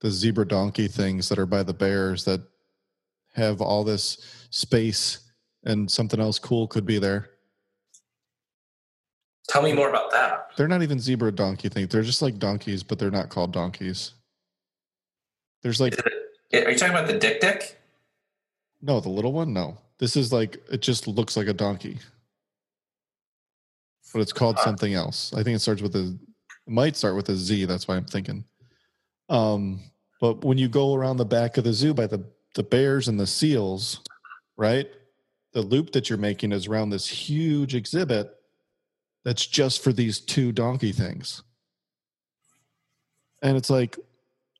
the zebra donkey things that are by the bears that have all this space and something else cool could be there. Tell me more about that. They're not even zebra donkey things. They're just like donkeys, but they're not called donkeys. There's like Is it, are you talking about the Dick Dick? no the little one. No, this is like it just looks like a donkey, but it's called Huh. something else. I think it starts with a it might start with a Z. That's why I'm thinking. Um, but when you go around the back of the zoo by the the bears and the seals, right? the loop that you're making is around this huge exhibit that's just for these two donkey things. And it's like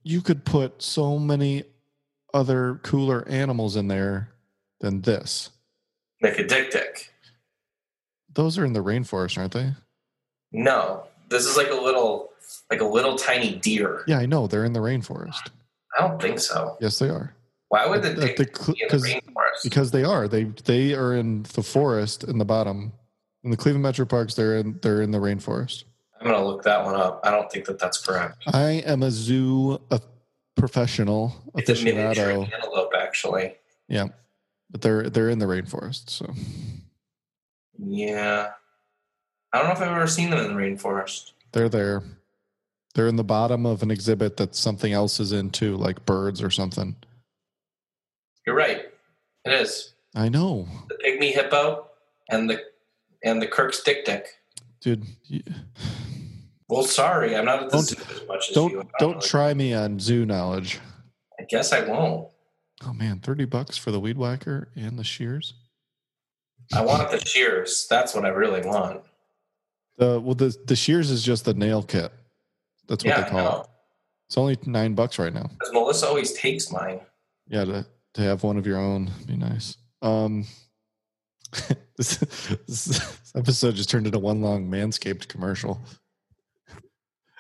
you could put so many other cooler animals in there than this. Like a dick dick. Those are in the rainforest, aren't they? No, this is like a little, like a little tiny deer. Yeah, I know they're in the rainforest. I don't think so. Yes, they are. Why would the At- at dick the dick cl- be in the 'cause- rainforest? because they are they they are in the forest in the bottom in the Cleveland Metro Parks. They're in they're in the rainforest. I'm gonna look that one up. I don't think that that's correct. I am a zoo a professional It's a miniature aficionado, antelope, actually. but they're they're in the rainforest. So Yeah, I don't know if I've ever seen them in the rainforest. they're there. They're in the bottom of an exhibit that something else is into, like birds or something. You're right. It is I know, the pygmy hippo and the and the Kirk's dick dick. dude. you- Well, sorry, I'm not at the Don't- zoo as much as you. I Don't don't really- try me on zoo knowledge. I guess I won't. Oh man, thirty bucks for the weed whacker and the shears. I want the shears. That's what I really want. The well, the the shears is just the nail kit. That's what yeah, they I call it. know. It's only nine bucks right now. Because Melissa always takes mine. Yeah, to, to have one of your own would be nice. Um, this, this episode just turned into one long manscaped commercial.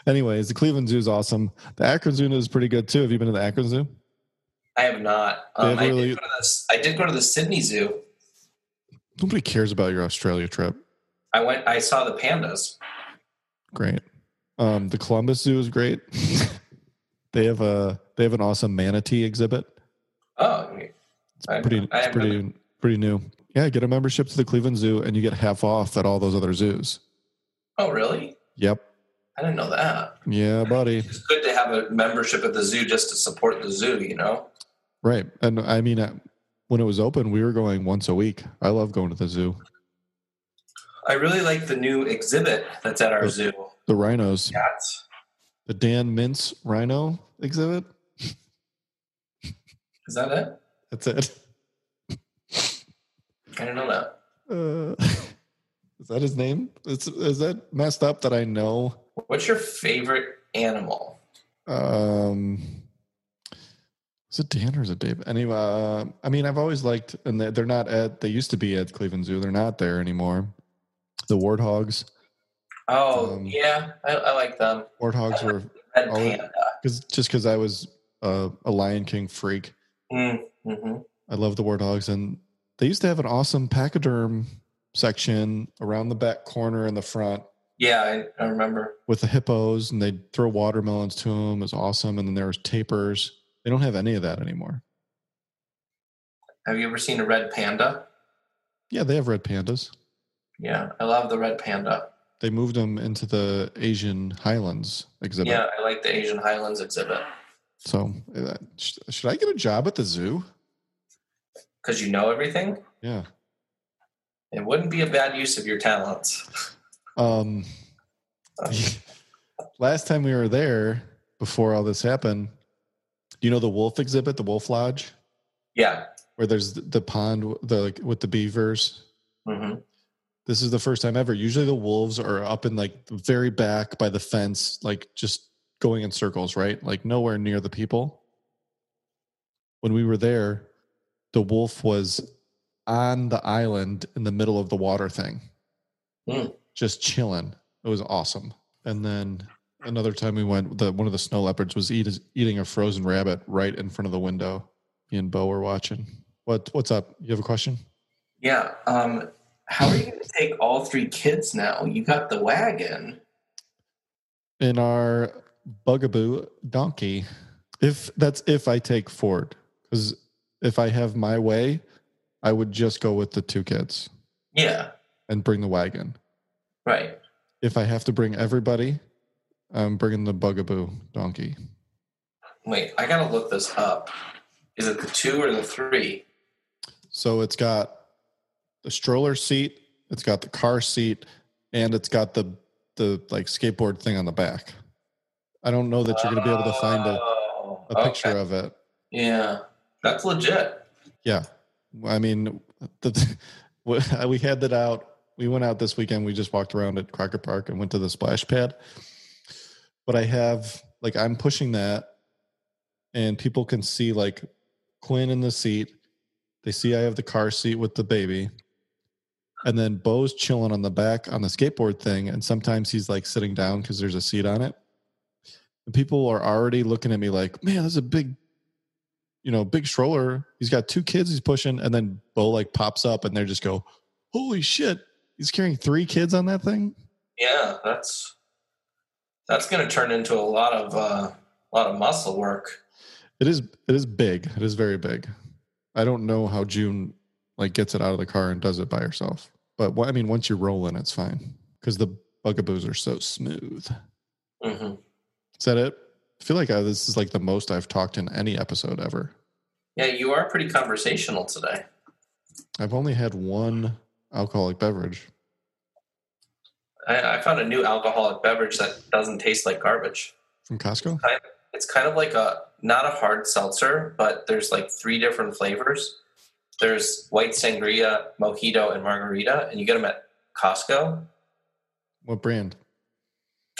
Anyways, the Cleveland Zoo is awesome. The Akron Zoo is pretty good too. Have you been to the Akron Zoo? I have not. They Um, have I, really- did go to the, I did go to the Sydney Zoo. Nobody cares about your Australia trip. I went. I saw the pandas. Great. Um, the Columbus Zoo is great. they have a they have an awesome manatee exhibit. Oh, It's I- pretty I it's haven't pretty pretty new. Yeah, get a membership to the Cleveland Zoo and you get half off at all those other zoos. oh, really? Yep. I didn't know that. Yeah, buddy. It's good to have a membership at the zoo just to support the zoo. You know. Right. And I mean, uh, when it was open, we were going once a week. I love going to the zoo. I really like the new exhibit that's at our zoo. The rhinos, Cats. the Dan Mintz rhino exhibit. Is that it? That's it. I didn't know that. Uh, is that his name? It's, is that messed up that I know? What's your favorite animal? Um, is it Dan or is it Dave? Anyway, uh, I mean, I've always liked, and they- they're not at, they used to be at Cleveland Zoo. They're not there anymore. The warthogs. Oh, Um, yeah, I, I like them. Warthogs were, Red Oh. panda. cause, just because I was uh, a Lion King freak. Mm-hmm. I love the warthogs, and they used to have an awesome pachyderm section around the back corner in the front Yeah, I, I remember. with the hippos, and they'd throw watermelons to them. It was awesome, and then there was tapirs. They don't have any of that anymore. Have you ever seen a red panda? Yeah, they have red pandas. Yeah, I love the red panda. They moved them into the Asian Highlands exhibit. Yeah, I like the Asian Highlands exhibit So, uh, sh- should I get a job at the zoo? because you know everything. Yeah. It wouldn't be a bad use of your talents. Um, last time we were there, before all this happened, you know the wolf exhibit, the Wolf Lodge. Yeah. where there's th- the pond w- the like, with the beavers. hmm This is the first time ever. Usually the wolves are up in like the very back by the fence, like just going in circles, right? Like nowhere near the people. When we were there, the wolf was on the island in the middle of the water thing, Mm. just chilling. It was awesome. And then another time we went, the one of the snow leopards was eat, eating a frozen rabbit right in front of the window. Me and Bo were watching. What what's up? You have a question? Yeah. Um, how are you going to take all three kids now? You got the wagon. in our bugaboo donkey. If that's if I take Ford, because if I have my way, I would just go with the two kids Yeah. and bring the wagon. Right. If I have to bring everybody, I'm bringing the bugaboo donkey. Wait, I got to look this up. Is it the two or the three? So it's got the stroller seat, it's got the car seat, and it's got the the like skateboard thing on the back. I don't know that you're going to be able to find a, Oh, a picture okay. of it. Yeah. That's legit. Yeah. I mean, the, we had that out. We went out this weekend. We just walked around at Crocker Park and went to the splash pad. But I have like I'm pushing that, and people can see like Quinn in the seat. They see I have the car seat with the baby. And then Bo's chilling on the back on the skateboard thing. And sometimes he's like sitting down because there's a seat on it. And people are already looking at me like, man, this is a big, you know, big stroller. He's got two kids he's pushing. And then Bo like pops up and they just go, holy shit, he's carrying three kids on that thing. Yeah, that's that's going to turn into a lot of uh, a lot of muscle work. It is. It is big. It is very big. I don't know how June like gets it out of the car and does it by herself. But well, I mean, once you're rolling, it's fine because the bugaboos are so smooth. Mm-hmm. Is that it? I feel like I, this is like the most I've talked in any episode ever. Yeah, you are pretty conversational today. I've only had one alcoholic beverage. I, I found a new alcoholic beverage that doesn't taste like garbage from Costco. I- it's kind of like a not a hard seltzer, but there's like three different flavors. There's white sangria, mojito, and margarita, and you get them at Costco. What brand?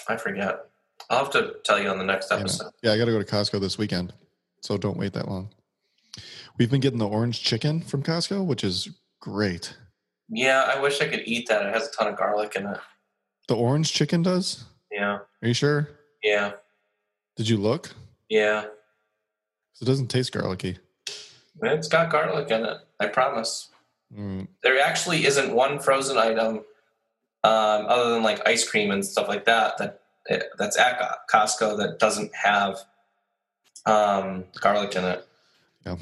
I forget. I'll have to tell you on the next Yeah, episode. yeah, I got to go to Costco this weekend, so don't wait that long. We've been getting the orange chicken from Costco, which is great. Yeah, I wish I could eat that. It has a ton of garlic in it. The orange chicken does. Yeah, Are you sure? yeah, Did you look? yeah. It doesn't taste garlicky. It's got garlic in it. I promise. Mm, There actually isn't one frozen item, um, other than like ice cream and stuff like that, that eh, that's at Costco that doesn't have um, garlic in it. yeah.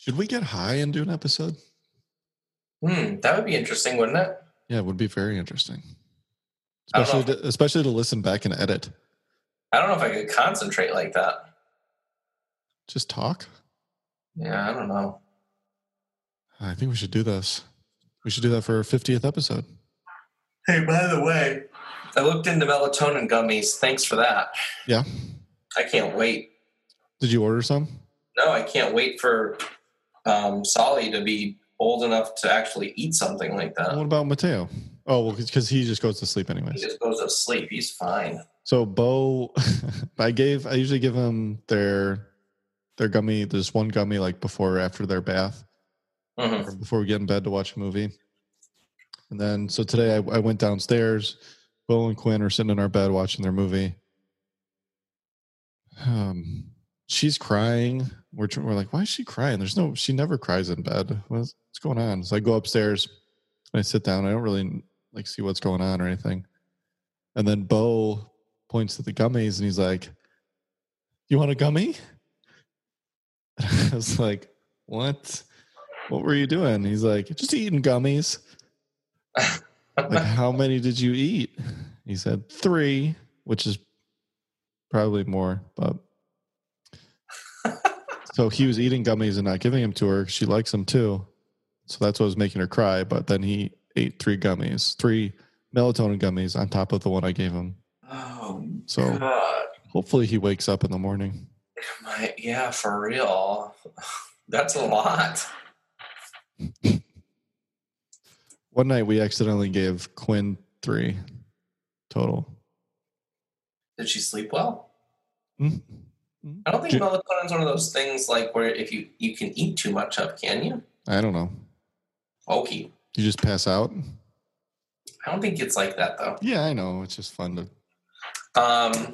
Should we get high and do an episode? Hmm, that would be interesting, wouldn't it? Yeah, it would be very interesting. I don't know. Especially to, especially to listen back and edit. I don't know if I could concentrate like that. Just talk. Yeah, I don't know. I think we should do this. We should do that for our 50th episode. Hey, by the way, I looked into melatonin gummies. Thanks for that. Yeah. I can't wait. Did you order some? No, I can't wait for um, Solly to be old enough to actually eat something like What that. about Mateo? Oh, well, because he just goes to sleep He anyways. just goes to sleep. He's fine. So Bo, I gave. I usually give them their their gummy. There's one gummy like before or after their bath. hmm or before we get in bed to watch a movie. And then, so today I, I went downstairs. Will and Quinn are sitting in our bed watching their movie. Um, she's crying. We're tr- we're like, why is she crying? There's no, she never cries in bed. What's, what's going on? So I go upstairs and I sit down. I don't really like see what's going on or anything. And then Bo points to the gummies and he's like, "You want a gummy?" I was like, "What?" what were you doing? He's like, just eating gummies. Like, how many did you eat? He said three, which is probably more, but so he was eating gummies and not giving them to her. She likes them too. So that's what was making her cry. But then he ate three gummies, three melatonin gummies on top of the one I gave him. Oh, So God. hopefully he wakes up in the morning. My, yeah, for real. That's a lot. One night we accidentally gave Quinn three total. Did she sleep well? Mm. I don't think Ju- melatonin is one of those things like where if you you can eat too much of, can you? I don't know. Okay. You just pass out? I don't think it's like that though. Yeah, I know. It's just fun to. Um,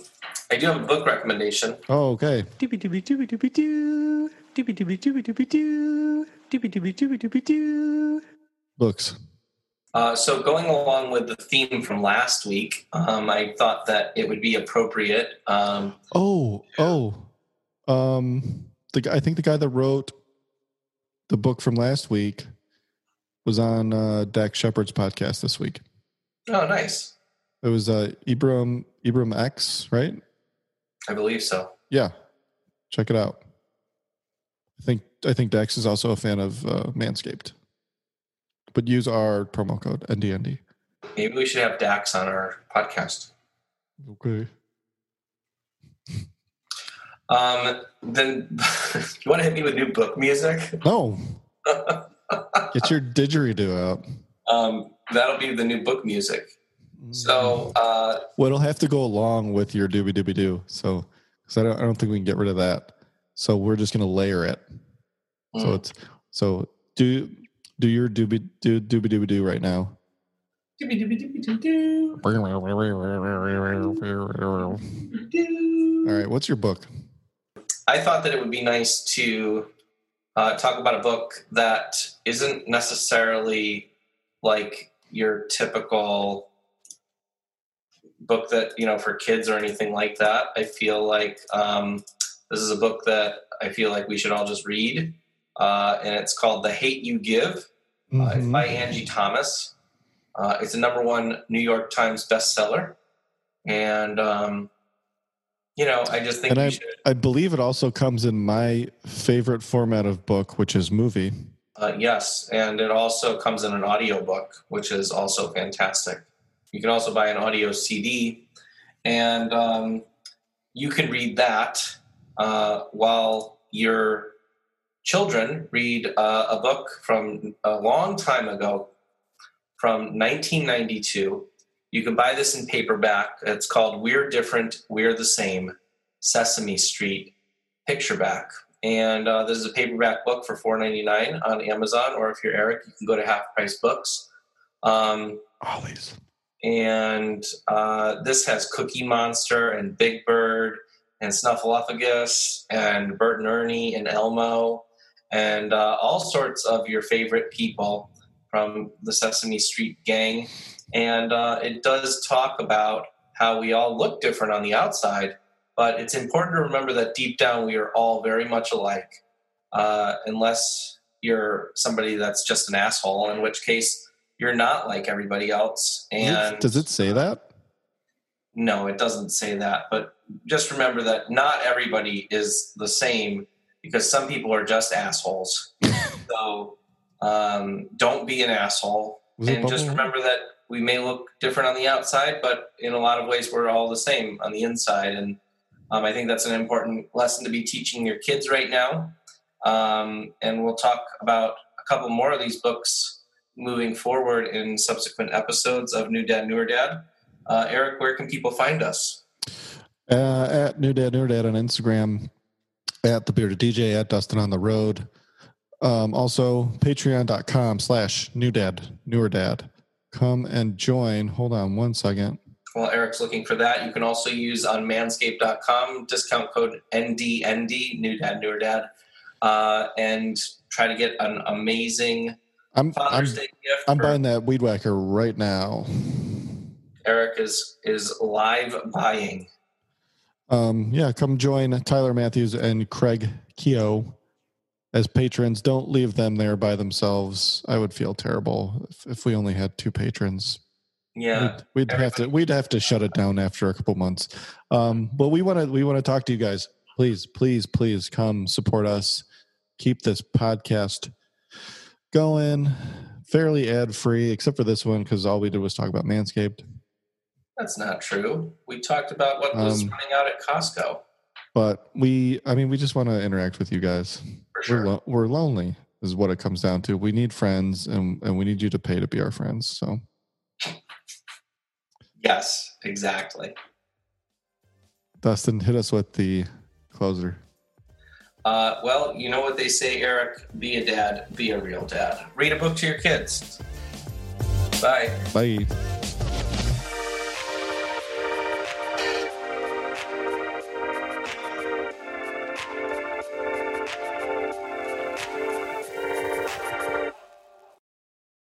I do have a book recommendation. Oh, okay. Doobie doobie doobie doobie doo. Doobie doobie doobie doobie doo. Doobie doobie doobie doobie doo. Books. Uh, so going along with the theme from last week, um, I thought that it would be appropriate. Um, Oh, oh. Um, the guy, I think the guy that wrote the book from last week was on uh, Dak Shepard's podcast this week. oh, nice. It was uh, Ibram Ibram X, right? I believe so. Yeah, check it out. I think I think Dax is also a fan of uh, Manscaped, but use our promo code NDND. Maybe we should have Dax on our podcast. Okay. Um, then you want to hit me with new book music? No, Get your didgeridoo out. Um, that'll be the new book music. So uh, well, it'll have to go along with your doobie doobie doo. So, because I don't, I don't think we can get rid of that. So we're just gonna layer it. So mm. it's so do do your doobie do doobie doobie doo right now. Doobie-doobie-doobie-doo, All doo. right, what's your book? I thought that it would be nice to uh, talk about a book that isn't necessarily like your typical book that you know for kids or anything like that. I feel like um, this is a book that I feel like we should all just read, uh, and it's called "The Hate You Give" uh, Mm-hmm. it's by Angie Thomas. Uh, it's a number one New York Times bestseller, and um, you know, I just think And we I- should. I believe it also comes in my favorite format of book, which is movie. Uh, yes, and it also comes in an audiobook, which is also fantastic. You can also buy an audio CD, and um, you can read that uh, while your children read uh, a book from a long time ago, from 1992. You can buy this in paperback. It's called We're Different, We're the Same Sesame Street Pictureback and uh, this is a paperback book for $4.99 on Amazon, or if you're Eric, you can go to Half Price Books. Um, Always. and uh, this has Cookie Monster and Big Bird and Snuffleupagus and Bert and Ernie and Elmo and uh, all sorts of your favorite people from the Sesame Street gang. And uh, it does talk about how we all look different on the outside, but it's important to remember that deep down we are all very much alike, uh, unless you're somebody that's just an asshole, in which case you're not like everybody else. And Does it say that? no, it doesn't say that. But just remember that not everybody is the same because some people are just assholes. so um, don't be an asshole. Was it and just bubbling? remember that we may look different on the outside, but in a lot of ways, we're all the same on the inside. And um, I think that's an important lesson to be teaching your kids right now. Um, and we'll talk about a couple more of these books moving forward in subsequent episodes of New Dad, Newer Dad. Uh, Eric, where can people find us? Uh, at New Dad New Dad on Instagram, at the bearded DJ, at Dustin on the Road. Um, also, patreon.com slash new dad, newer dad. Come and join. Hold on one second. While Eric's looking for that, you can also use on manscaped.com discount code NDND, New Dad, Newer Dad, uh, and try to get an amazing I'm I'm, Father's Day gift. I'm for- buying that weed whacker right now. Eric is is live buying. Um, yeah, come join Tyler Matthews and Craig Keogh as patrons. Don't leave them there by themselves. I would feel terrible if, if we only had two patrons. Yeah. We'd, we'd have to we'd have to shut it down after a couple months. Um, but we want to we want to talk to you guys. Please, please, please come support us. Keep this podcast going fairly ad free, except for this one because all we did was talk about Manscaped. That's not true. We talked about what was Um, running out at Costco But we, I mean, we just want to interact with you guys. for We're sure. lo- we're lonely is what it comes down to. We need friends, and and we need you to pay to be our friends. So Yes, exactly. Dustin, hit us with the closer. Uh, well, you know what they say, Eric. Be a dad. Be a real dad. Read a book to your kids. Bye. Bye.